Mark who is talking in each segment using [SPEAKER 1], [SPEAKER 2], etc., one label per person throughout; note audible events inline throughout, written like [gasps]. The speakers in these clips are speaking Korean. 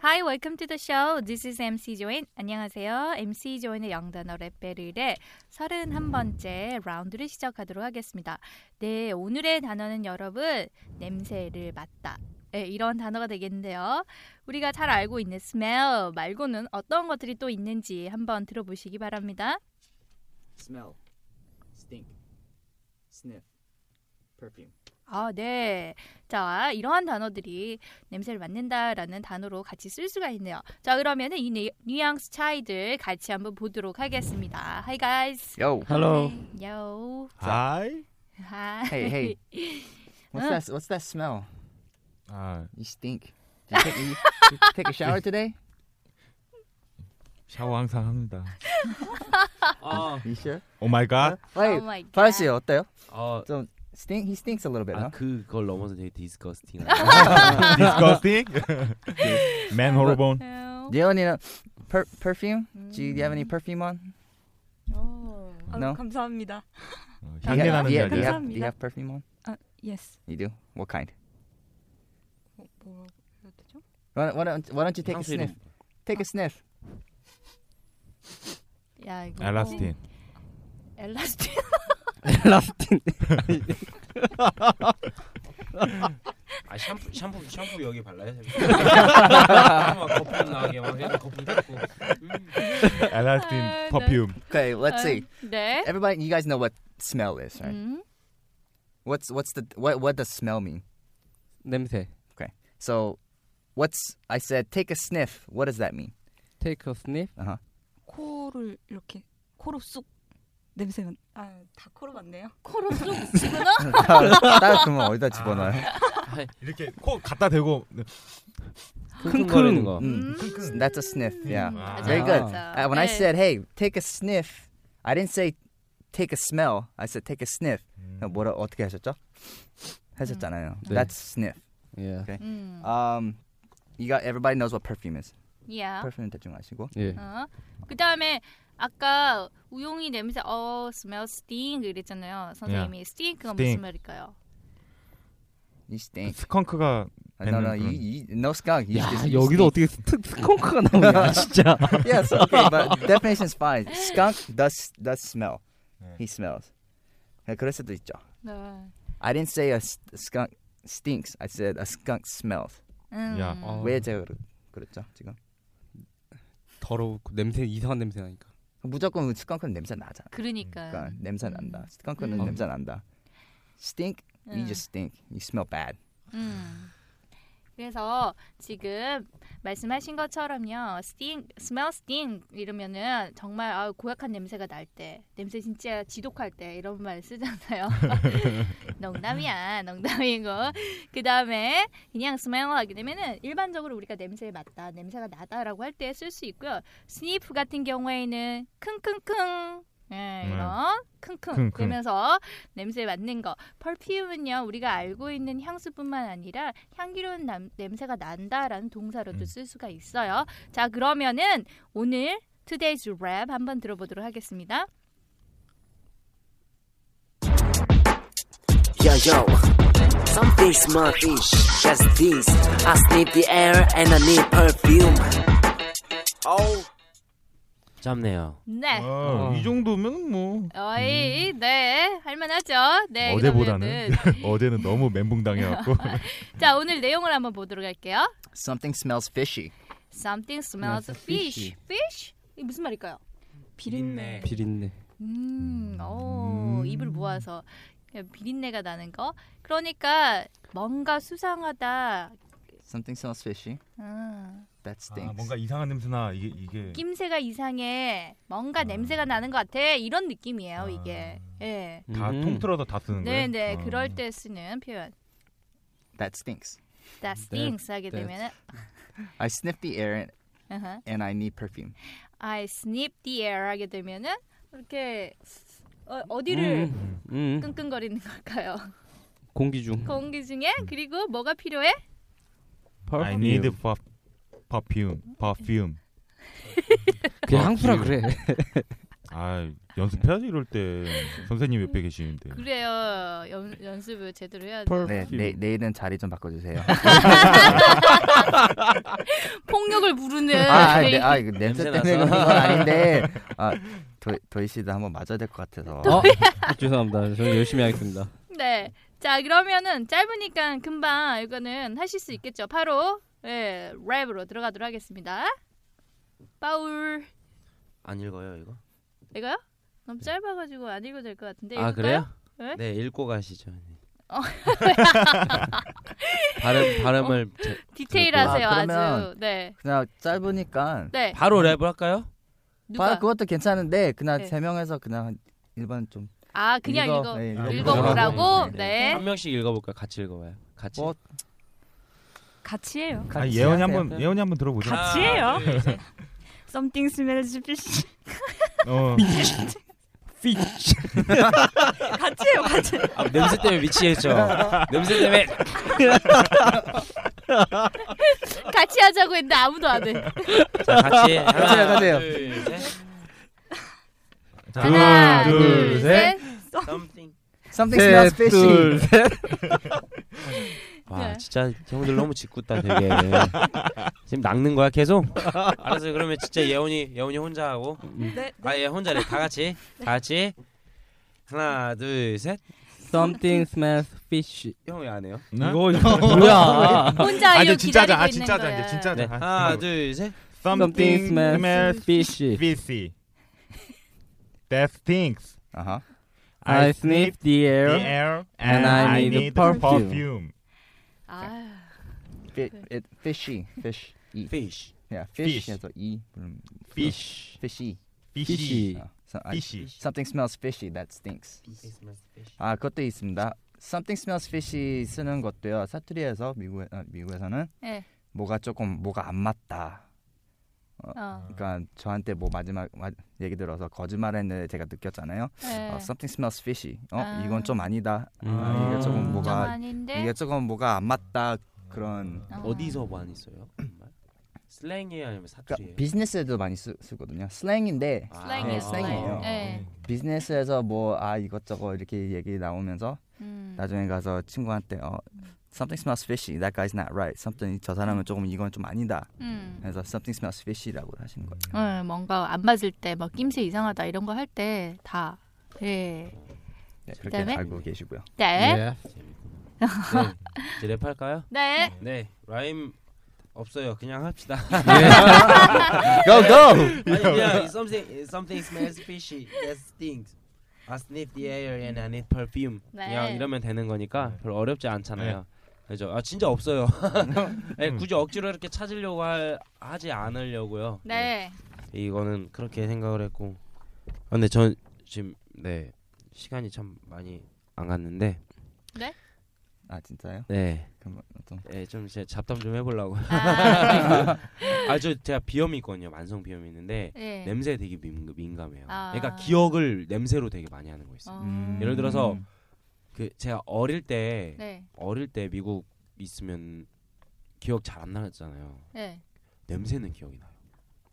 [SPEAKER 1] Hi, welcome to the show. This is MC Join. 안녕하세요. MC Join의 영단어 랩벨의 31번째 라운드를 시작하도록 하겠습니다. 네, 오늘의 단어는 여러분, 냄새를 맡다. 네, 이런 단어가 되겠는데요. 우리가 잘 알고 있는 smell 말고는 어떤 것들이 또 있는지 한번 들어보시기 바랍니다.
[SPEAKER 2] smell, stink, sniff, perfume.
[SPEAKER 1] 아, 네. 자, 이러한 단어들이 냄새를 맡는다라는 단어로 같이 쓸 수가 있네요. 자, 그러면은 이 뉘- 뉘앙스 차이들 같이 한번 보도록 하겠습니다. Hi guys.
[SPEAKER 3] Yo,
[SPEAKER 4] Hello.
[SPEAKER 1] Yo.
[SPEAKER 4] Hi.
[SPEAKER 1] Hi.
[SPEAKER 5] [laughs]
[SPEAKER 3] hey, hey. What's
[SPEAKER 1] Huh?
[SPEAKER 3] that? What's that smell?
[SPEAKER 4] 아
[SPEAKER 3] You stink. Did you take, you, did you take
[SPEAKER 5] [laughs]
[SPEAKER 3] a shower today?
[SPEAKER 4] 샤워 항상 합니다.
[SPEAKER 2] 아,
[SPEAKER 3] You sure?
[SPEAKER 4] 오 마이 갓.
[SPEAKER 3] Huh?
[SPEAKER 1] Oh
[SPEAKER 3] Wait,
[SPEAKER 1] my god.
[SPEAKER 3] Farsi, 어때요?
[SPEAKER 2] 어,
[SPEAKER 3] 좀 stink. He stinks a little bit,
[SPEAKER 2] 아
[SPEAKER 4] Uh-huh.
[SPEAKER 3] huh?
[SPEAKER 2] 그걸 넘어서 되게 디스커스팅.
[SPEAKER 1] [laughs]
[SPEAKER 4] Disgusting. Man hormone.
[SPEAKER 1] No.
[SPEAKER 3] 예원이는 uh, per, perfume? Do you, do you have
[SPEAKER 1] 음.
[SPEAKER 3] any perfume on?
[SPEAKER 1] 어.
[SPEAKER 6] 아유,
[SPEAKER 3] No?
[SPEAKER 6] 감사합니다.
[SPEAKER 4] 어,
[SPEAKER 3] Do
[SPEAKER 4] 향기
[SPEAKER 3] you,
[SPEAKER 4] 나는
[SPEAKER 3] do, you,
[SPEAKER 4] 향기.
[SPEAKER 3] do, you
[SPEAKER 4] 아니야?
[SPEAKER 3] have, do you have perfume on?
[SPEAKER 6] Yes.
[SPEAKER 3] You do. What kind?
[SPEAKER 1] 뭐라고 해야 되죠?
[SPEAKER 3] Why, don't- why don't Why don't you take a sniff? Take a sniff.
[SPEAKER 1] 야, 이거 뭐?
[SPEAKER 4] 엘라스틴.
[SPEAKER 1] 엘라스틴.
[SPEAKER 3] Elaftin.
[SPEAKER 7] 아 샴푸 샴푸 샴푸 여기 발라요.
[SPEAKER 8] [laughs]
[SPEAKER 7] 막 거품 나게 막 얘는 거품 듣고.
[SPEAKER 4] 엘라스틴
[SPEAKER 1] 아,
[SPEAKER 4] perfume.
[SPEAKER 3] okay, let's see.
[SPEAKER 1] [laughs] Um, 네.
[SPEAKER 3] Everybody, you guys know what smell is, right?
[SPEAKER 1] 음.
[SPEAKER 3] What's What's the What What does smell mean?
[SPEAKER 7] 냄새.
[SPEAKER 3] So, what's I said? Take a sniff. What does
[SPEAKER 4] [laughs]
[SPEAKER 3] that mean?
[SPEAKER 7] Take a sniff.
[SPEAKER 3] Uh huh.
[SPEAKER 9] 코를 이렇게 코로 쑥 냄새가 아다 코로 맞네요.
[SPEAKER 1] 코로 쏙
[SPEAKER 9] [laughs]
[SPEAKER 1] 쓰구나.
[SPEAKER 3] 따라 그러면 어디다 집어넣어요?
[SPEAKER 4] 이렇게 코 갖다 대고
[SPEAKER 7] 네. 킁킁거리는 거.
[SPEAKER 2] 음.
[SPEAKER 3] Mm. That's a sniff.
[SPEAKER 7] Mm.
[SPEAKER 3] Yeah.
[SPEAKER 1] 맞아요,
[SPEAKER 3] Very good.
[SPEAKER 1] 맞아요.
[SPEAKER 3] Uh, when I
[SPEAKER 1] 네.
[SPEAKER 3] said, "Hey, take a sniff," I didn't say take a smell. I said take a sniff.
[SPEAKER 7] Mm.
[SPEAKER 3] 뭐라 어떻게 하셨죠? 하셨잖아요.
[SPEAKER 7] 네.
[SPEAKER 3] That's sniff.
[SPEAKER 7] 예.
[SPEAKER 1] 음.
[SPEAKER 3] Um, you got everybody knows what perfume is.
[SPEAKER 1] Yeah.
[SPEAKER 3] Perfume 대충 아시고.
[SPEAKER 7] 예.
[SPEAKER 1] 어. 그다음에 아까 우용이 냄새 어 smell stink 이랬잖아요. 선생님이 stink가 무슨
[SPEAKER 4] Stink.
[SPEAKER 1] 말일까요?
[SPEAKER 3] You stink.
[SPEAKER 4] 스컹크가
[SPEAKER 3] Uh, no, no,
[SPEAKER 4] 뱉는
[SPEAKER 3] you, you, no skunk. You
[SPEAKER 7] 야
[SPEAKER 3] just, you
[SPEAKER 7] 여기도
[SPEAKER 3] stink.
[SPEAKER 7] 어떻게 스- 스컹크가 나오냐 진짜.
[SPEAKER 3] [laughs] yes, okay, but definition is fine. Skunk does does smell.
[SPEAKER 4] 네.
[SPEAKER 3] He smells. 네, 그럴 수도 있죠.
[SPEAKER 1] 네.
[SPEAKER 3] I didn't say a s- skunk stinks. I said a skunk smells.
[SPEAKER 1] 음.
[SPEAKER 4] 야, 아.
[SPEAKER 7] 어.
[SPEAKER 3] 왜 제가 그러, 그랬죠 지금?
[SPEAKER 7] 더럽고 그 냄새 이상한 냄새 나니까.
[SPEAKER 3] 무조건 스컹크는 냄새 나잖아.
[SPEAKER 1] 그러니까.
[SPEAKER 3] 그러니까 냄새 난다.
[SPEAKER 1] 음.
[SPEAKER 3] 스컹크는 냄새 난다. Stink, you
[SPEAKER 1] 음.
[SPEAKER 3] just stink. You smell bad.
[SPEAKER 1] 음. 그래서 지금 말씀하신 것처럼요, 스팅, 스멜 스팅 이러면은 정말 아, 고약한 냄새가 날 때, 냄새 진짜 지독할 때 이런 말 쓰잖아요. [laughs] 농담이야, 농담이고 그 다음에 그냥 스멜 하게 되면은 일반적으로 우리가 냄새를 맡다, 냄새가 나다라고 할 때 쓸 수 있고요. 스니프 같은 경우에는 킁킁킁 예,
[SPEAKER 4] 음.
[SPEAKER 1] 이런 킁킁
[SPEAKER 4] 킁킁.
[SPEAKER 1] 그러면서 냄새 맡는 거 펄퓸은요 우리가 알고 있는 향수뿐만 아니라 향기로운 남- 냄새가 난다라는 동사로도
[SPEAKER 4] 음.
[SPEAKER 1] 쓸 수가 있어요. 자 그러면은 오늘 Today's Rap 한번 들어보도록 하겠습니다.
[SPEAKER 10] Yo yo, something smartish, just this. I sniff the air and I need perfume. Oh,
[SPEAKER 2] 짧네요.
[SPEAKER 1] 네.
[SPEAKER 4] 아,
[SPEAKER 2] 어.
[SPEAKER 4] 이 정도면 뭐
[SPEAKER 1] 어이, 네, 할만하죠. 네, 그러면은. 네.
[SPEAKER 4] 어제보다는 [laughs] 어제는 너무 멘붕
[SPEAKER 1] [laughs]
[SPEAKER 4] 당해갖고
[SPEAKER 1] 자, 오늘 내용을 한번 보도록 할게요.
[SPEAKER 3] Something smells fishy.
[SPEAKER 1] Something smells fish. Fish? 이게 무슨 말일까요?
[SPEAKER 9] 비린내.
[SPEAKER 2] 비린내.
[SPEAKER 1] 음, 오,
[SPEAKER 4] 음.
[SPEAKER 1] 입을 모아서 그냥 비린내가 나는 거. 그러니까 뭔가 수상하다.
[SPEAKER 3] Something smells fishy.
[SPEAKER 1] 음,
[SPEAKER 3] That stinks.
[SPEAKER 4] 아, 뭔가 이상한 냄새나 이게 이게
[SPEAKER 1] 낌새가 이상해.
[SPEAKER 4] 아.
[SPEAKER 1] 뭔가 냄새가 나는 것 같아. 이런 느낌이에요, 이게. 예.
[SPEAKER 4] 다
[SPEAKER 2] 음.
[SPEAKER 4] 통틀어서 다 쓰는
[SPEAKER 1] 네,
[SPEAKER 4] 거예요.
[SPEAKER 1] 네.
[SPEAKER 4] 어.
[SPEAKER 1] 그럴 때 쓰는 표현.
[SPEAKER 3] That stinks.
[SPEAKER 1] That stinks 하게
[SPEAKER 2] that-
[SPEAKER 1] 되면은
[SPEAKER 3] I sniff the air and,
[SPEAKER 1] uh-huh.
[SPEAKER 3] and I need perfume.
[SPEAKER 1] I sniff the air 하게 되면은 이렇게 어, 어디를
[SPEAKER 2] 음, 음.
[SPEAKER 1] 끙끙거리는 걸까요? [laughs]
[SPEAKER 2] 공기 중.
[SPEAKER 1] 공기 중에 그리고 뭐가 필요해?
[SPEAKER 4] I need perf- perfume, perfume.
[SPEAKER 2] 그냥 항수라 그래.
[SPEAKER 4] 아 연습해야지 이럴 때 선생님 옆에 계시는데.
[SPEAKER 1] 그래요. 연, 연습을 제대로 해야 돼.
[SPEAKER 3] 네, 내, 내일은 자리 좀 바꿔주세요.
[SPEAKER 1] 폭력을 부르는
[SPEAKER 3] [laughs] 아, 아,
[SPEAKER 1] 네.
[SPEAKER 3] 네, 아 이거 냄새
[SPEAKER 2] 냄새
[SPEAKER 3] 때문에 그런
[SPEAKER 2] 나서.
[SPEAKER 3] 건 아닌데 [laughs] 아, 도, 도희 씨도 한번 맞아야 될 것 같아서
[SPEAKER 2] [laughs] 어? 죄송합니다. 저는 열심히 하겠습니다.
[SPEAKER 1] 네. 자, 그러면은 짧으니까 금방 이거는 하실 수 있겠죠. 바로 예, 랩으로 들어가도록 하겠습니다. 바울
[SPEAKER 2] 안 읽어요 이거?
[SPEAKER 1] 이거요? 너무 짧아가지고 안 읽어도 될 것 같은데
[SPEAKER 2] 아
[SPEAKER 1] 읽을까요?
[SPEAKER 2] 그래요?
[SPEAKER 1] 네?
[SPEAKER 2] 네, 읽고 가시죠.
[SPEAKER 1] 어.
[SPEAKER 2] [laughs] 발음 발음을
[SPEAKER 1] 어?
[SPEAKER 2] 제-
[SPEAKER 1] 디테일하세요
[SPEAKER 3] 아,
[SPEAKER 1] 아주.
[SPEAKER 3] 그러면-
[SPEAKER 1] 네.
[SPEAKER 3] 그냥 짧으니까
[SPEAKER 1] 네.
[SPEAKER 2] 바로 랩을 할까요?
[SPEAKER 1] 누가?
[SPEAKER 3] 아, 그것도 괜찮은데 그냥
[SPEAKER 1] 네.
[SPEAKER 3] 세 명에서 그냥 일반 좀
[SPEAKER 1] 아, 그냥
[SPEAKER 3] 읽어-
[SPEAKER 1] 이거
[SPEAKER 3] 네,
[SPEAKER 1] 읽어보라고.
[SPEAKER 2] 네,
[SPEAKER 1] 네.
[SPEAKER 2] 한 명씩 읽어볼까? 요 같이 읽어봐요. 같이.
[SPEAKER 3] 뭐,
[SPEAKER 9] 같이 해요.
[SPEAKER 4] 아,
[SPEAKER 3] 네. 같이
[SPEAKER 4] 예언이
[SPEAKER 3] 하세요.
[SPEAKER 4] 한번 예언이 한번 들어보자.
[SPEAKER 9] 같이 해요. Something smells fishy. [laughs]
[SPEAKER 4] 어.
[SPEAKER 2] 피치.
[SPEAKER 9] 같이 해요. 같이.
[SPEAKER 2] 아, 냄새 때문에 [laughs] 미치겠죠. 냄새 때문에
[SPEAKER 1] 네. 같이 하자고 했는데 아무도 안 해.
[SPEAKER 2] 자, 같이 하나,
[SPEAKER 3] 가세요.
[SPEAKER 2] 둘, 셋.
[SPEAKER 4] 자,
[SPEAKER 1] 하나,
[SPEAKER 4] 둘,
[SPEAKER 1] 둘, 셋.
[SPEAKER 2] Something.
[SPEAKER 3] Something smells fishy.
[SPEAKER 2] 와
[SPEAKER 1] 네.
[SPEAKER 2] 진짜 형들 너무 짓궂다 [laughs] 되게 지금 낚는 거야 계속? 알았어요 그러면 진짜 예원이 예원이 혼자 하고
[SPEAKER 9] 네.
[SPEAKER 2] 아예 혼자래 다 같이 다 같이 하나 둘셋
[SPEAKER 5] Something smells fishy.
[SPEAKER 2] 형이 안 해요
[SPEAKER 4] 네?
[SPEAKER 5] [laughs] 뭐야?
[SPEAKER 1] 혼자
[SPEAKER 4] 아,
[SPEAKER 1] 이거
[SPEAKER 4] 이제 진짜자,
[SPEAKER 1] 기다리고
[SPEAKER 4] 아,
[SPEAKER 1] 있는
[SPEAKER 4] 진짜자,
[SPEAKER 1] 거야.
[SPEAKER 4] 이제 진짜자.
[SPEAKER 2] 네
[SPEAKER 4] 아,
[SPEAKER 2] 하나
[SPEAKER 4] 한번.
[SPEAKER 2] 둘셋
[SPEAKER 5] Something smells fishy.
[SPEAKER 4] fishy. That stinks.
[SPEAKER 3] 아하.
[SPEAKER 5] I sniff the
[SPEAKER 4] the
[SPEAKER 5] air.
[SPEAKER 4] air
[SPEAKER 5] and I need perfume.
[SPEAKER 1] 아,
[SPEAKER 3] Fi- it, fishy. Fish. E.
[SPEAKER 2] fish
[SPEAKER 3] Yeah,
[SPEAKER 4] Fish.
[SPEAKER 3] fish. 해서 E. 부르면
[SPEAKER 4] Fish.
[SPEAKER 3] fishy.
[SPEAKER 4] Fishy.
[SPEAKER 3] 아, so- 아,
[SPEAKER 4] Fishy.
[SPEAKER 3] Something smells fishy. That stinks. 아 그것도 있습니다. Something smells fishy 쓰는 것도요. 사투리에서 미국에 어, 미국에서는
[SPEAKER 1] 예.
[SPEAKER 3] 뭐가 조금 뭐가 안 맞다.
[SPEAKER 1] 어.
[SPEAKER 3] 그러니까 저한테 뭐 마지막 마- 얘기 들어서 거짓말했는데 제가 느꼈잖아요.
[SPEAKER 1] 예.
[SPEAKER 3] 어, something smells fishy. 어
[SPEAKER 1] 아.
[SPEAKER 3] 이건 좀 아니다.
[SPEAKER 2] 음.
[SPEAKER 3] 아, 이게 조금
[SPEAKER 1] 좀
[SPEAKER 3] 뭐가
[SPEAKER 1] 아닌데.
[SPEAKER 3] 이게 조금 뭐가 안 맞다 그런.
[SPEAKER 1] 어.
[SPEAKER 2] 어디서 많이 써요? 정말? 슬랭이에요 아니면 사투리예요?
[SPEAKER 3] 그러니까 비즈니스에도 많이 쓰, 쓰거든요. 슬랭인데
[SPEAKER 2] 아,
[SPEAKER 1] 슬랭이에요,
[SPEAKER 3] 네, 슬랭이에요.
[SPEAKER 1] 예.
[SPEAKER 3] 비즈니스에서 뭐 아 이것저것 이렇게 얘기 나오면서
[SPEAKER 1] 음.
[SPEAKER 3] 나중에 가서 친구한테 어 something smells fishy. That guy's not right. something 저 사람은 조금 이건 좀 아니다.
[SPEAKER 1] 음.
[SPEAKER 3] 그래서 something smells fishy라고 하시는 거예요.
[SPEAKER 1] 예, 뭔가 안 맞을 때, 막 낌새 이상하다 이런 거 할 때 다. 예.
[SPEAKER 3] 네, 그렇게
[SPEAKER 1] 그다음에?
[SPEAKER 3] 알고 계시고요.
[SPEAKER 1] 네.
[SPEAKER 2] 이제 랩할까요?
[SPEAKER 1] 네.
[SPEAKER 2] 네 라임 없어요 그냥 합시다
[SPEAKER 3] go go.
[SPEAKER 2] 아니 그냥 something something smells fishy that stinks. I sniff the air and I need perfume.
[SPEAKER 1] 네.
[SPEAKER 2] 그냥 이러면 되는 거니까 별로 어렵지 않잖아요. 그죠? 아 진짜 없어요. 네, 굳이 억지로 이렇게 찾으려고 할, 하지 않으려고요.
[SPEAKER 1] 네.
[SPEAKER 2] 네, 이거는 그렇게 생각을 했고. 아, 근데 전 지금 네 시간이 참 많이 안 갔는데.
[SPEAKER 1] 네?
[SPEAKER 3] 아 진짜요?
[SPEAKER 2] 네.
[SPEAKER 3] 그럼 좀
[SPEAKER 2] 네, 좀 이제 잡담 좀 해보려고. [laughs]
[SPEAKER 1] 아,
[SPEAKER 2] 아 저 제가 비염이 있거든요. 만성 비염이 있는데
[SPEAKER 1] 예.
[SPEAKER 3] 네.
[SPEAKER 2] 냄새에 되게 민, 민감해요.
[SPEAKER 1] 아.
[SPEAKER 2] 그러니까 기억을 냄새로 되게 많이 하는 거 있어요.
[SPEAKER 1] 어.
[SPEAKER 3] 음.
[SPEAKER 2] 예를 들어서 그 제가 어릴 때
[SPEAKER 1] 네.
[SPEAKER 2] 어릴 때 미국 있으면 기억 잘 안 나잖아요.
[SPEAKER 1] 예.
[SPEAKER 2] 냄새는 기억이 나요.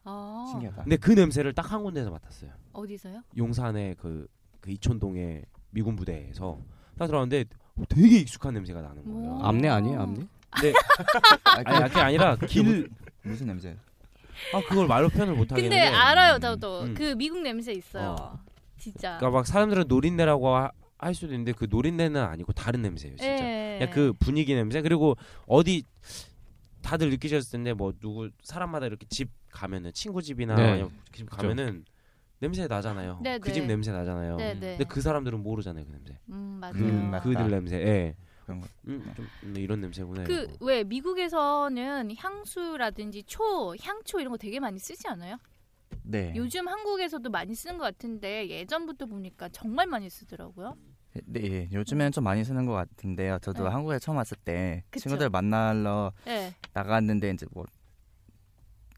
[SPEAKER 1] 어.
[SPEAKER 3] 신기하다.
[SPEAKER 5] 네.
[SPEAKER 2] 근데 그 냄새를 딱 한 군데서 맡았어요.
[SPEAKER 1] 어디서요?
[SPEAKER 2] 용산의 그, 그 이촌동의 미군 부대에서 딱 들어왔는데 되게 익숙한 냄새가 나는
[SPEAKER 1] 뭐?
[SPEAKER 2] 거예요.
[SPEAKER 1] 오.
[SPEAKER 5] 암내 아니에요, 암내?
[SPEAKER 3] 아,
[SPEAKER 1] [laughs]
[SPEAKER 2] 아니 그게 아니라 길
[SPEAKER 3] 무슨 냄새?
[SPEAKER 2] 아 그걸 말로 표현을 못 하겠는데.
[SPEAKER 1] 근데 알아요, 저도
[SPEAKER 2] 음.
[SPEAKER 1] 그 미국 냄새 있어요.
[SPEAKER 2] 어.
[SPEAKER 1] 진짜.
[SPEAKER 2] 그러니까 막 사람들은 노린내라고 하- 할 수도 있는데 그 노린내는 아니고 다른 냄새예요, 진짜.
[SPEAKER 1] 예.
[SPEAKER 2] 그냥 그 분위기 냄새 그리고 어디 다들 느끼셨을 텐데 뭐 누구 사람마다 이렇게 집 가면은 친구 집이나
[SPEAKER 4] 네.
[SPEAKER 2] 아니면 그 집 가면은 냄새 나잖아요.
[SPEAKER 1] 네,
[SPEAKER 2] 그
[SPEAKER 1] 네.
[SPEAKER 2] 집 냄새 나잖아요.
[SPEAKER 1] 네, 네.
[SPEAKER 2] 근데 그 사람들은 모르잖아요, 그 냄새.
[SPEAKER 1] 음, 맞아요.
[SPEAKER 3] 음, 맞다.
[SPEAKER 2] 그들 냄새. 예.
[SPEAKER 3] 그런 거.
[SPEAKER 2] 음, 좀 음, 이런 냄새구나.
[SPEAKER 1] 그
[SPEAKER 2] 이러고.
[SPEAKER 1] 왜 미국에서는 향수라든지 초, 향초 이런 거 되게 많이 쓰지 않아요?
[SPEAKER 3] 네.
[SPEAKER 1] 요즘 한국에서도 많이 쓰는 것 같은데 예전부터 보니까 정말 많이 쓰더라고요.
[SPEAKER 3] 네, 예. 요즘에는 좀 많이 쓰는 것 같은데요. 저도
[SPEAKER 1] 네.
[SPEAKER 3] 한국에 처음 왔을 때
[SPEAKER 1] 그쵸.
[SPEAKER 3] 친구들 만나러
[SPEAKER 1] 네.
[SPEAKER 3] 나갔는데 이제 뭐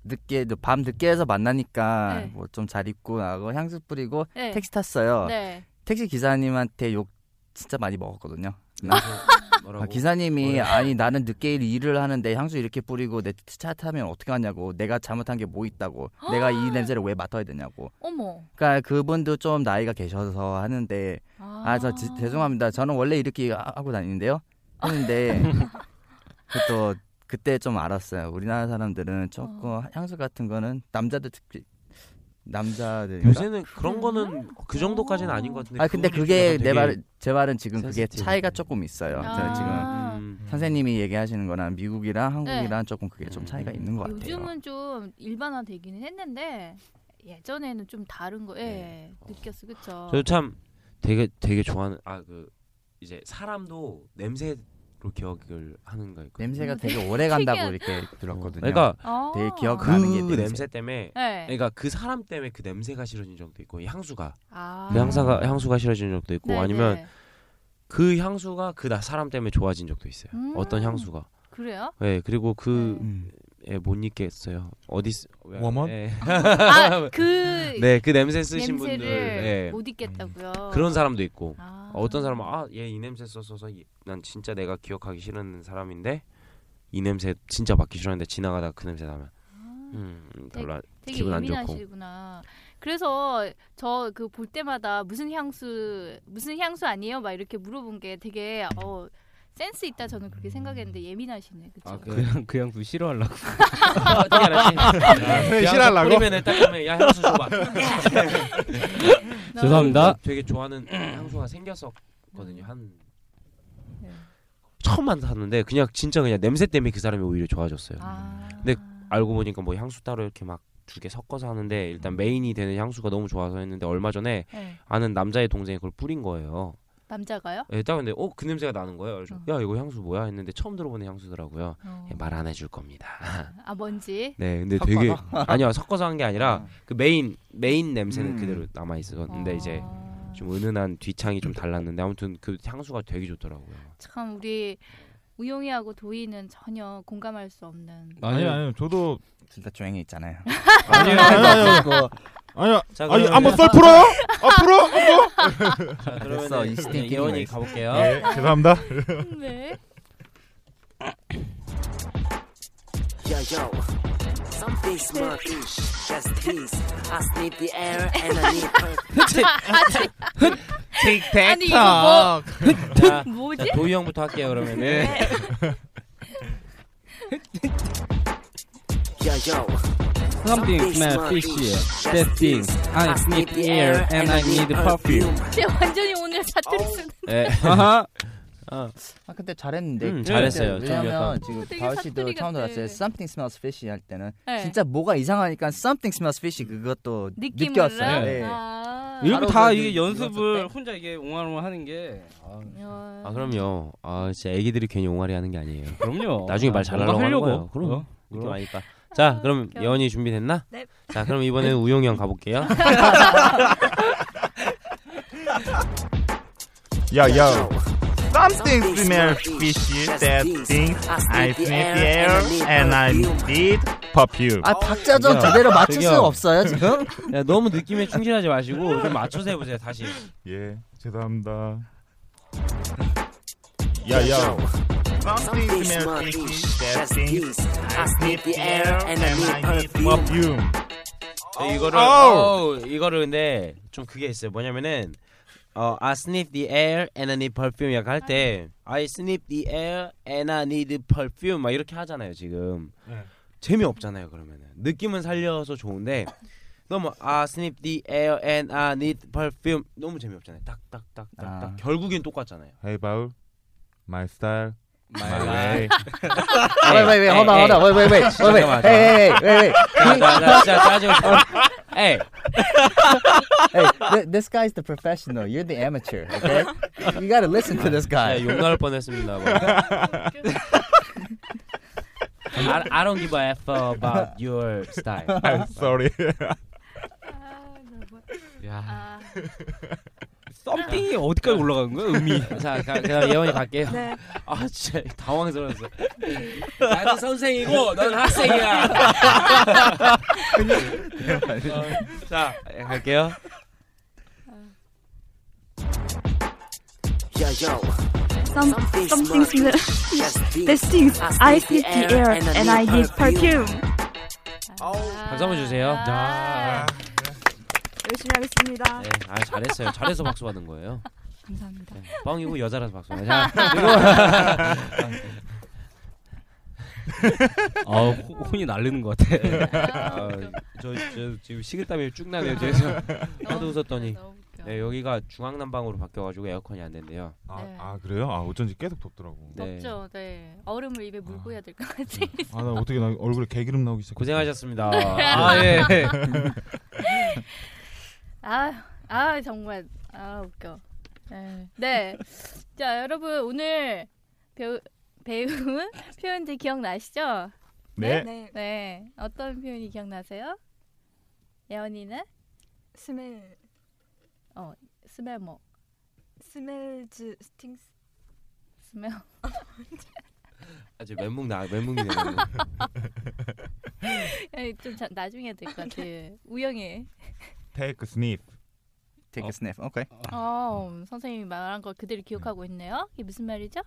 [SPEAKER 3] 늦게 밤 늦게 해서 만나니까
[SPEAKER 1] 네.
[SPEAKER 3] 뭐 좀 잘 입고 나고 향수 뿌리고
[SPEAKER 1] 네.
[SPEAKER 3] 택시 탔어요.
[SPEAKER 1] 네.
[SPEAKER 3] 택시 기사님한테 욕 진짜 많이 먹었거든요.
[SPEAKER 1] [laughs]
[SPEAKER 2] 뭐라고?
[SPEAKER 3] 아, 기사님이 아니 나는 늦게 일- 일을 하는데 향수 이렇게 뿌리고 내 차 타면 어떻게 하냐고 내가 잘못한 게 뭐 있다고
[SPEAKER 1] [gasps]
[SPEAKER 3] 내가 이 냄새를 왜 맡아야 되냐고
[SPEAKER 1] 어머.
[SPEAKER 3] 그러니까 그분도 좀 나이가 계셔서 하는데 아 저 죄송합니다 저는 원래 이렇게 하- 하고 다니는데요
[SPEAKER 1] [laughs]
[SPEAKER 3] 했는데 그또 그때 좀 알았어요 우리나라 사람들은 조금 향수 같은 거는 남자들 특히 남자들
[SPEAKER 2] 요새는 그런 거는 그 정도까지는 아닌 것 같은데.
[SPEAKER 3] 아 근데
[SPEAKER 2] 그거를
[SPEAKER 3] 그게
[SPEAKER 2] 주다가
[SPEAKER 3] 내
[SPEAKER 2] 되게- 음.
[SPEAKER 3] 말, 제 말은 지금 그게
[SPEAKER 2] 센스티브하게.
[SPEAKER 3] 차이가 조금 있어요. 제가
[SPEAKER 1] 아.
[SPEAKER 2] 음.
[SPEAKER 3] 지금 선생님이 얘기하시는 거랑 미국이랑 한국이랑 조금 그게 좀
[SPEAKER 2] 음.
[SPEAKER 3] 차이가 있는 것 같아요.
[SPEAKER 1] 네. 요즘은 좀 일반화되기는 했는데 예전에는 좀 다른 거 예.
[SPEAKER 3] 네.
[SPEAKER 1] 느꼈어. 그렇죠.
[SPEAKER 2] 저도 참 되게 되게 좋아하는 아 그 이제 사람도 냄새로 기억을 하는 거예요.
[SPEAKER 3] 냄새가
[SPEAKER 1] 되게
[SPEAKER 3] 되게 오래 간다고
[SPEAKER 1] 특이한-
[SPEAKER 3] 이렇게 들었거든요.
[SPEAKER 2] 그러니까
[SPEAKER 1] 아.
[SPEAKER 3] 되게 기억
[SPEAKER 2] 그
[SPEAKER 3] 나는 게
[SPEAKER 2] 냄새,
[SPEAKER 3] 냄새.
[SPEAKER 2] 때문에
[SPEAKER 1] 네.
[SPEAKER 2] 그러니까 그 사람 때문에 그 냄새가 싫어진 적도 있고 이 향수가
[SPEAKER 1] 아.
[SPEAKER 2] 그 향사가 향수가 싫어진 적도 있고
[SPEAKER 1] 네,
[SPEAKER 2] 뭐 아니면
[SPEAKER 1] 네.
[SPEAKER 2] 그 향수가 그 나 사람 때문에 좋아진 적도 있어요.
[SPEAKER 1] 음.
[SPEAKER 2] 어떤 향수가
[SPEAKER 1] 그래요?
[SPEAKER 2] 네, 그리고 그
[SPEAKER 3] 음.
[SPEAKER 2] 예, 못 잊겠어요. 어디 쓰... 왜-
[SPEAKER 4] 워먼?
[SPEAKER 2] 예.
[SPEAKER 3] [laughs]
[SPEAKER 1] 아, 그
[SPEAKER 2] [laughs] 네, 그 냄새 쓰신
[SPEAKER 1] 냄새를
[SPEAKER 2] 분들 예.
[SPEAKER 1] 못 잊겠다고요.
[SPEAKER 2] 그런 사람도 있고
[SPEAKER 1] 아.
[SPEAKER 2] 어떤 사람은 아 얘 이 냄새 썼어서 이- 난 진짜 내가 기억하기 싫은 사람인데 이 냄새 진짜 맡기 싫었는데 지나가다 그 냄새 나면 음 별로
[SPEAKER 4] [laughs]
[SPEAKER 2] 안-
[SPEAKER 1] 아. 되게
[SPEAKER 2] 기분 안 좋고
[SPEAKER 1] 예민하시구나. 그래서 저 그 볼 때마다 무슨 향수 무슨 향수 아니에요? 막 이렇게 물어본 게 되게 어 센스 있다 저는 그렇게 생각했는데 예민하시네. 그쵸?
[SPEAKER 2] 아,
[SPEAKER 5] 그, 향- [laughs] 그 향수 싫어하려고.
[SPEAKER 2] 어떻게 알았지?
[SPEAKER 4] 아, 싫어하려고?
[SPEAKER 2] 뿌리면 일단 그러면 야
[SPEAKER 4] [laughs]
[SPEAKER 2] 향수 줘봐 음.
[SPEAKER 5] 죄송합니다.
[SPEAKER 2] 되게 좋아하는 향수가 생겼었거든요 한
[SPEAKER 1] 네.
[SPEAKER 2] 처음 만났는데 그냥 진짜 그냥 냄새 때문에 그 사람이 오히려 좋아졌어요
[SPEAKER 1] 아.
[SPEAKER 2] 근데 알고 보니까 뭐 향수 따로 이렇게 막 두 개 섞어서 하는데 일단 메인이 되는 향수가 너무 좋아서 했는데 얼마 전에
[SPEAKER 1] 네.
[SPEAKER 2] 아는 남자의 동생이 그걸 뿌린 거예요.
[SPEAKER 1] 남자가요?
[SPEAKER 2] 예, 딱 근데 어 그 냄새가 나는 거예요. 그래서 야 이거 향수 뭐야 했는데 처음 들어보는 향수더라고요.
[SPEAKER 1] 어.
[SPEAKER 2] 예, 말 안 해줄 겁니다.
[SPEAKER 1] 아 뭔지.
[SPEAKER 2] 네, 근데
[SPEAKER 3] 섞어서?
[SPEAKER 2] 되게 [laughs] 아니요 섞어서 한 게 아니라 그 메인 메인 냄새는
[SPEAKER 3] 음.
[SPEAKER 2] 그대로 남아 있었는데 이제
[SPEAKER 1] 아,
[SPEAKER 2] 좀 은은한 뒤창이 좀 달랐는데 아무튼 그 향수가 되게 좋더라고요.
[SPEAKER 1] 참 우리 우영이하고 도희는 전혀 공감할 수 없는.
[SPEAKER 4] 아니 아니 저도
[SPEAKER 3] 둘다 조용히 있잖아요.
[SPEAKER 4] 아니요 아니요 아니요
[SPEAKER 2] 자,
[SPEAKER 4] 아니
[SPEAKER 2] 그러면-
[SPEAKER 4] 한번 썰 풀어요? 아 풀어? 한번?
[SPEAKER 2] 자,
[SPEAKER 3] 됐어, 이 스팅 게임
[SPEAKER 2] 예원이
[SPEAKER 3] 맛있어.
[SPEAKER 2] 가볼게요.
[SPEAKER 4] 네, 죄송합니다.
[SPEAKER 1] 네.
[SPEAKER 10] Yo, yo. Something smirky. Just please. I sniff the air and I need her.
[SPEAKER 1] 아니 이거 [laughs] 뭐
[SPEAKER 2] 자, 자,
[SPEAKER 1] 뭐지?
[SPEAKER 2] 도희 형부터 할게요 그러면. 네.
[SPEAKER 10] Yo, yo.
[SPEAKER 2] 네,
[SPEAKER 5] Something smell fishy. That thing.
[SPEAKER 2] 아,
[SPEAKER 5] I
[SPEAKER 1] 아,
[SPEAKER 2] 예.
[SPEAKER 5] sniff
[SPEAKER 1] 예,
[SPEAKER 5] air and I need perfume.
[SPEAKER 1] 쟤 완전히 오늘 사투리 쓰는.
[SPEAKER 3] [laughs]
[SPEAKER 2] 네.
[SPEAKER 5] 아하.
[SPEAKER 3] 아 근데 잘했는데.
[SPEAKER 2] 음, 잘했어요. 좀
[SPEAKER 3] 왜냐면
[SPEAKER 2] 약간-
[SPEAKER 3] 지금
[SPEAKER 1] 되게
[SPEAKER 3] 다울 씨도
[SPEAKER 1] 사투리
[SPEAKER 3] 처음
[SPEAKER 1] 같아.
[SPEAKER 3] 들었어요. Something smells fishy 할 때는
[SPEAKER 1] 네.
[SPEAKER 3] 진짜 뭐가 이상하니까 something smells fishy 그것도
[SPEAKER 1] 느낌으로.
[SPEAKER 3] 느꼈어요.
[SPEAKER 5] 네.
[SPEAKER 1] 아.
[SPEAKER 5] 이렇게
[SPEAKER 3] 바로
[SPEAKER 5] 다
[SPEAKER 3] 그
[SPEAKER 5] 이게
[SPEAKER 3] 늙-
[SPEAKER 5] 연습을
[SPEAKER 3] 늙었을
[SPEAKER 5] 혼자 이게 옹알옹알 하는 게 아,
[SPEAKER 1] 어.
[SPEAKER 2] 아 그럼요. 아 진짜 애기들이 괜히 옹알이 하는 게 아니에요.
[SPEAKER 5] 그럼요.
[SPEAKER 2] 어, 나중에
[SPEAKER 5] 뭔가
[SPEAKER 2] 말 잘하려고 하는
[SPEAKER 5] 하려고.
[SPEAKER 2] 거예요. 그럼.
[SPEAKER 5] 어?
[SPEAKER 2] 느낌 아니까. 자, 그럼
[SPEAKER 1] 웃겨.
[SPEAKER 2] 예원이 준비됐나?
[SPEAKER 6] 네.
[SPEAKER 2] 자, 그럼 이번에는 우용이 형 가볼게요.
[SPEAKER 4] 야 야.
[SPEAKER 10] Something smells fishy, that thing. I sniff the air and I
[SPEAKER 4] need perfume.
[SPEAKER 3] 아 박자 좀 제대로 맞출 수
[SPEAKER 2] 저기요.
[SPEAKER 3] 없어요 지금?
[SPEAKER 2] 야, 너무 느낌에 충실하지 마시고 좀 맞춰서 해보세요 다시.
[SPEAKER 4] 예, 죄송합니다. 야, 야.
[SPEAKER 10] Something smells fishy, that thing. I sniff the air and I need perfume.
[SPEAKER 4] perfume.
[SPEAKER 2] 저 이거를
[SPEAKER 4] 아우.
[SPEAKER 2] 어우, 이거를 근데 좀 그게 있어요. 뭐냐면은 어, I sniff the air and I need perfume 약간 할때 I sniff the air and I need perfume 막 이렇게 하잖아요 지금. 재미없잖아요 그러면은 느낌은 살려서 좋은데 너무 I sniff the air and I need perfume 너무 재미없잖아요 딱딱딱딱딱
[SPEAKER 4] 아.
[SPEAKER 2] 결국엔 똑같잖아요
[SPEAKER 4] Hey 바울, my style, my,
[SPEAKER 2] My
[SPEAKER 4] way.
[SPEAKER 2] [laughs] way.
[SPEAKER 3] 아, wait, wait, wait, hold on, hold on, wait, wait, wait, wait, wait,
[SPEAKER 2] 잠깐만,
[SPEAKER 3] hey, hey, hey, wait, wait.
[SPEAKER 2] 잠깐만. 아, 나, 나 진짜 짜증. Hey.
[SPEAKER 3] hey, th- this guy's the professional. You're the amateur. Okay, you gotta listen to this guy.
[SPEAKER 2] 네, 욕 나올 뻔했습니다. 뭐. I, I don't give a f about your style.
[SPEAKER 4] I'm sorry.
[SPEAKER 2] 야.
[SPEAKER 5] 썸띵이 어디까지 올라가는 거야 의미?
[SPEAKER 2] [laughs] 자, 가, 그럼 예원이 갈게요.
[SPEAKER 9] 네.
[SPEAKER 2] 아, 진짜 당황스러웠어.
[SPEAKER 7] 나는 선생이고 넌 학생이야.
[SPEAKER 2] [laughs] 자, 예, 갈게요.
[SPEAKER 10] Yo, yo.
[SPEAKER 9] Some,
[SPEAKER 10] Something
[SPEAKER 9] something smell.
[SPEAKER 10] smell. Just
[SPEAKER 9] These things. I sniff the air and I need perfume.
[SPEAKER 2] 박수 한번 주세요.
[SPEAKER 9] 열심히 하겠습니다.
[SPEAKER 2] 네, 아, 잘했어요. 잘해서 박수 받은 거예요.
[SPEAKER 9] 감사합니다.
[SPEAKER 2] 네, 뻥이고 여자라서 박수. 자, 그리고
[SPEAKER 5] 아 호- 혼이 날리는 것 같아.
[SPEAKER 2] 아, 저, 저 지금 식은땀이 쭉 나네요. 그래서 하도 웃었더니 네, 여기가 중앙난방으로 바뀌어가지고 에어컨이 안 된대요.
[SPEAKER 4] 아,
[SPEAKER 1] 네.
[SPEAKER 4] 아 그래요? 아 어쩐지 계속 덥더라고.
[SPEAKER 2] 네.
[SPEAKER 1] 덥죠. 네. 얼음을 입에 물고 해야 될 것 같아.
[SPEAKER 4] 아 나 어떻게 나 얼굴에 개기름 나오기 시작.
[SPEAKER 2] 고생하셨습니다.
[SPEAKER 1] 아,
[SPEAKER 2] 예.
[SPEAKER 1] [laughs] 아, 아 정말 아 웃겨. 네. 네. 자 여러분 오늘 배우 배운 [laughs] 표현들 기억나시죠?
[SPEAKER 4] 네.
[SPEAKER 9] 네.
[SPEAKER 1] 네. 어떤 표현이 기억나세요? 예언이는
[SPEAKER 9] 스멜.
[SPEAKER 1] 스멜 뭐
[SPEAKER 9] 스멜즈 스팅스.
[SPEAKER 1] 스멜
[SPEAKER 2] 아주 멘붕 나 멘붕이네.
[SPEAKER 1] 아니, [laughs] 좀 자, 나중에 될 것
[SPEAKER 2] [laughs]
[SPEAKER 1] 같아. 우영이.
[SPEAKER 4] Take a sniff.
[SPEAKER 3] Take a sniff. Okay.
[SPEAKER 1] 어 선생님이 말한 걸 그대로 기억하고 있네요. 이게 무슨 말이죠?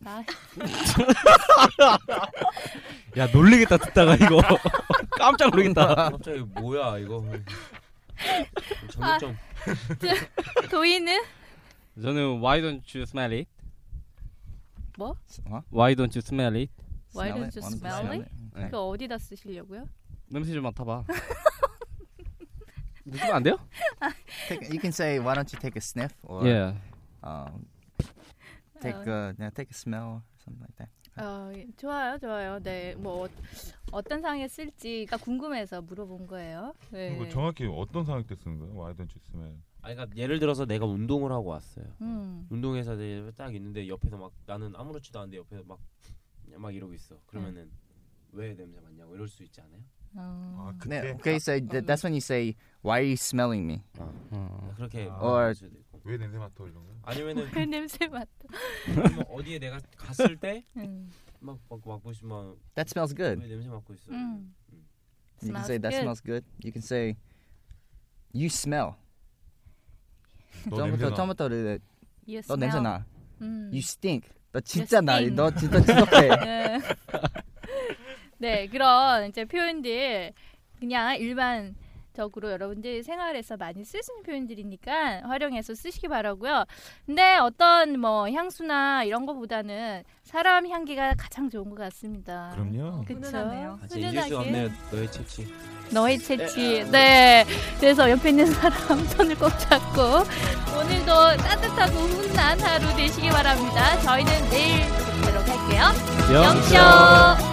[SPEAKER 1] 나
[SPEAKER 5] 야 놀리겠다 듣다가 이거 깜짝 놀리겠다.
[SPEAKER 2] 갑자기 뭐야 이거. 정육 좀.
[SPEAKER 1] 도희는
[SPEAKER 5] 저는 Why don't you smell it?
[SPEAKER 1] 뭐?
[SPEAKER 3] 어?
[SPEAKER 5] Why don't you smell it?
[SPEAKER 1] Why
[SPEAKER 3] Smell
[SPEAKER 1] don't
[SPEAKER 3] it,
[SPEAKER 1] you
[SPEAKER 3] want to
[SPEAKER 1] smell
[SPEAKER 3] smell
[SPEAKER 1] it?
[SPEAKER 5] 네.
[SPEAKER 1] 그거 어디다 쓰시려고요?
[SPEAKER 5] 냄새 좀 맡아봐. 웃으면 안 돼요?
[SPEAKER 3] Take, you can say, why don't you take a sniff or
[SPEAKER 5] Yeah.
[SPEAKER 3] um, take
[SPEAKER 1] 어.
[SPEAKER 3] a yeah, take a smell or something like that.
[SPEAKER 1] 어, 예, 좋아요, 좋아요. 네, 뭐 어, 어떤 상에 쓸지가 궁금해서 물어본 거예요. 네.
[SPEAKER 4] 이거 정확히 어떤 상황 때 쓰는 거예요? Why don't you smell?
[SPEAKER 2] 아니 그러니까 예를 들어서 내가 운동을 하고 왔어요.
[SPEAKER 1] 음,
[SPEAKER 2] 운동해서 이제 딱 있는데 옆에서 막 나는 아무렇지도 않은데 옆에서 막 막 이러고 있어. 그러면은 왜 냄새 맡냐고 이럴 수 있지 않아요?
[SPEAKER 1] 어,
[SPEAKER 4] 아 그때
[SPEAKER 3] Yeah, okay, so th- that's when you say, why are you smelling me?
[SPEAKER 2] 그러니까 그렇게
[SPEAKER 4] 아.
[SPEAKER 2] 말할 수도 있고.
[SPEAKER 4] 왜 냄새 맡아 이런 거?
[SPEAKER 2] 아니면은
[SPEAKER 1] 그 냄새 맡아.
[SPEAKER 2] 뭐 어디에 내가 갔을
[SPEAKER 1] 음,
[SPEAKER 2] 때막막 맡고 있으면
[SPEAKER 3] That smells
[SPEAKER 2] 왜
[SPEAKER 3] good.
[SPEAKER 2] 냄새 맡고 있어?
[SPEAKER 1] 음.
[SPEAKER 3] You can say that
[SPEAKER 1] good.
[SPEAKER 3] smells good. You can say, you smell.
[SPEAKER 4] 너 냄새
[SPEAKER 3] 처음부터
[SPEAKER 4] 나.
[SPEAKER 3] 처음부터 그래,
[SPEAKER 1] You
[SPEAKER 3] 너 냄새
[SPEAKER 1] smell.
[SPEAKER 3] 나.
[SPEAKER 1] 음.
[SPEAKER 3] You stink. 너 진짜 나.
[SPEAKER 1] stink.
[SPEAKER 3] 너 진짜 지독해.
[SPEAKER 1] 네. [laughs] 네, 그런 이제 표현들 그냥 일반적으로 여러분들 생활에서 많이 쓰시는 표현들이니까 활용해서 쓰시기 바라고요. 근데 어떤 뭐 향수나 이런 거보다는 사람 향기가 가장 좋은 것 같습니다.
[SPEAKER 4] 그럼요.
[SPEAKER 1] 그쵸?
[SPEAKER 9] 훈훈하네요.
[SPEAKER 2] 아, 진짜 잊을 수 없네요. 너의 채취.
[SPEAKER 1] 너의 채취. 네. 그래서 옆에 있는 사람 [laughs] 손을 꼭 잡고 오늘도 따뜻하고 훈훈한 하루 되시기 바랍니다. 저희는 내일 뵙도록 할게요. 영쇼.